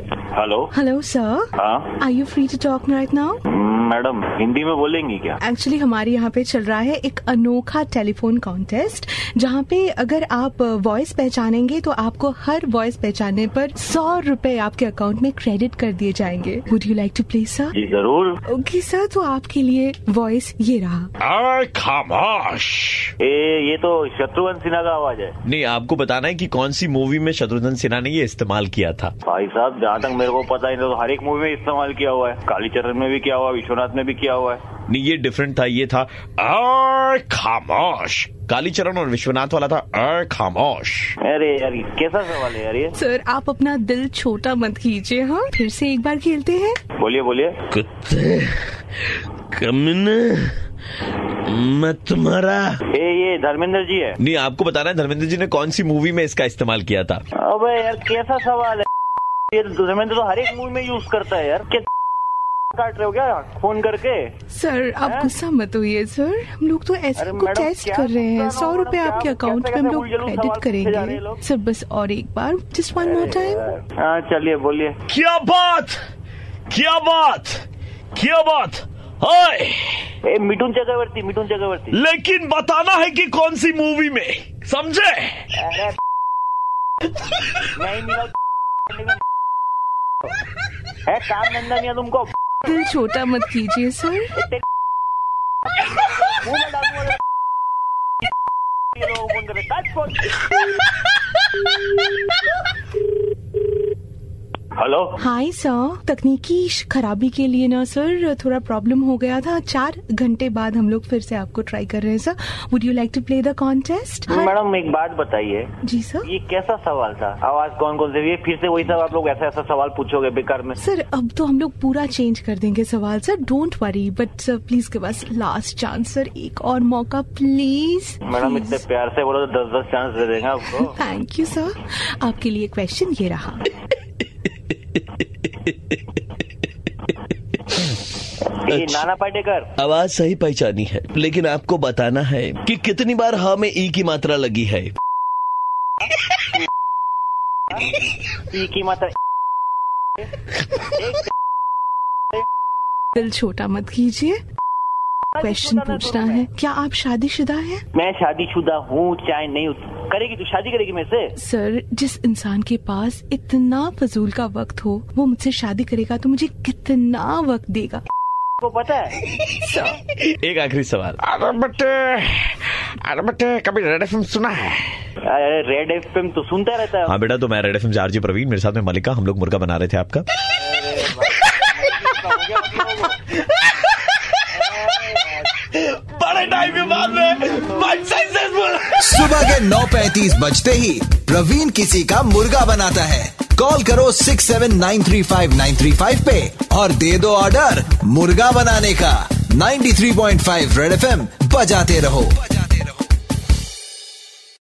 Hello Hello, sir. हाँ Are you free to talk right now? Madam Hindi में बोलेंगी क्या एक्चुअली हमारे यहाँ पे चल रहा है एक अनोखा टेलीफोन कॉन्टेस्ट जहाँ पे अगर आप वॉइस पहचानेंगे तो आपको हर वॉइस पहचानने पर सौ रुपए आपके अकाउंट में क्रेडिट कर दिए जाएंगे would you like to play sir जी जरूर ओके सर तो आपके लिए वॉइस ये रहा अरे खामोश ए, ये तो शत्रुघ्न सिन्हा का आवाज है नहीं आपको बताना है कि कौन सी मूवी में शत्रुघ्न सिन्हा ने ये इस्तेमाल किया था भाई साहब जहाँ तक मेरे को पता है तो हर एक मूवी में इस्तेमाल किया हुआ है कालीचरण में भी किया हुआ है विश्वनाथ में भी किया हुआ है नहीं ये डिफरेंट था ये था अरे खामोश कालीचरण और विश्वनाथ वाला था अरे खामोश अरे यार ये कैसा सवाल है यार ये सर आप अपना दिल छोटा मत कीजिए हाँ फिर से एक बार खेलते हैं बोलिए बोलिए कुत्ते कमीने मैं तुम्हारा ए, ये धर्मेंद्र जी है नहीं आपको बताना है धर्मेंद्र जी ने कौन सी मूवी में इसका इस्तेमाल किया था अबे यार कैसा सवाल है ये धर्मेंद्र तो हर एक मूवी में यूज करता है यार क्या काट रहे हो क्या फोन करके सर आप गुस्सा मत होइए सर हम लोग तो ऐसे अरे को मैडम, टेस्ट क्या कर रहे हैं गुस्सा सौ हो, रुपए मैडम, आपके क्या- अकाउंट कैसे- पे हम कैसे लोग भूल जाऊं, सवाल क्रेडिट पूछे जा रहे हैं करेंगे लोग। सर बस और एक बार जस्ट वन मोर टाइम हाँ चलिए बोलिए क्या बात क्या बात क्या बात हाय ए मिठुन चक्रवर्ती मिठुन चक्रवर्ती लेकिन बताना है कि कौन सी मूवी में समझे अरे नहीं मिला है काम धंधा नहीं है तुमको दिल छोटा मत कीजिए सर मुंह में डालूंगा तेरे ये लोग फोन कर रहे काट फोन हेलो हाय सर तकनीकी श- खराबी के लिए ना सर थोड़ा प्रॉब्लम हो गया था चार घंटे बाद हम लोग फिर से आपको ट्राई कर रहे हैं sir would you like to play the contest हाँ, मैडम एक बात बताइए जी सर ये कैसा सवाल था आवाज कौन कौन से ये फिर से वही सब आप लोग ऐसा ऐसा सवाल पूछोगे बेकार में सर अब तो हम लोग पूरा चेंज कर देंगे सवाल sir don't worry but sir please के पास लास्ट चांस सर एक और मौका प्लीज मैडम इतने प्यार से बोलो तो दस दस चांस दे देंगे आपको थैंक यू सर आपके लिए क्वेश्चन ये रहा ये नाना पाटेकर आवाज सही पहचानी है लेकिन आपको बताना है कि कितनी बार हा में ई की मात्रा लगी है ई की मात्रा दिल छोटा मत कीजिए क्वेश्चन पूछना है क्या आप शादीशुदा हैं मैं शादीशुदा हूँ चाहे नहीं हूँ करेगी तू शादी करेगी मेरे से सर जिस इंसान के पास इतना फजूल का वक्त हो वो मुझसे शादी करेगा तो मुझे कितना वक्त देगा को पता है एक आखिरी सवाल अरे बटे अरे बटे कभी रेड एफ सुना है अरे रेड एफ तो सुनता रहता है हाँ बेटा तो मैं red F M RJ Praveen मेरे साथ में मलिका हम लोग मुर्गा बना रहे थे आपका बड़े टाइम के बाद में सक्सेसफुल सुबह के 9:35 बजते ही प्रवीण किसी का मुर्गा बनाता है कॉल करो 6793593 पे और दे दो ऑर्डर मुर्गा बनाने का 93.5 रेड एफएम बजाते रहो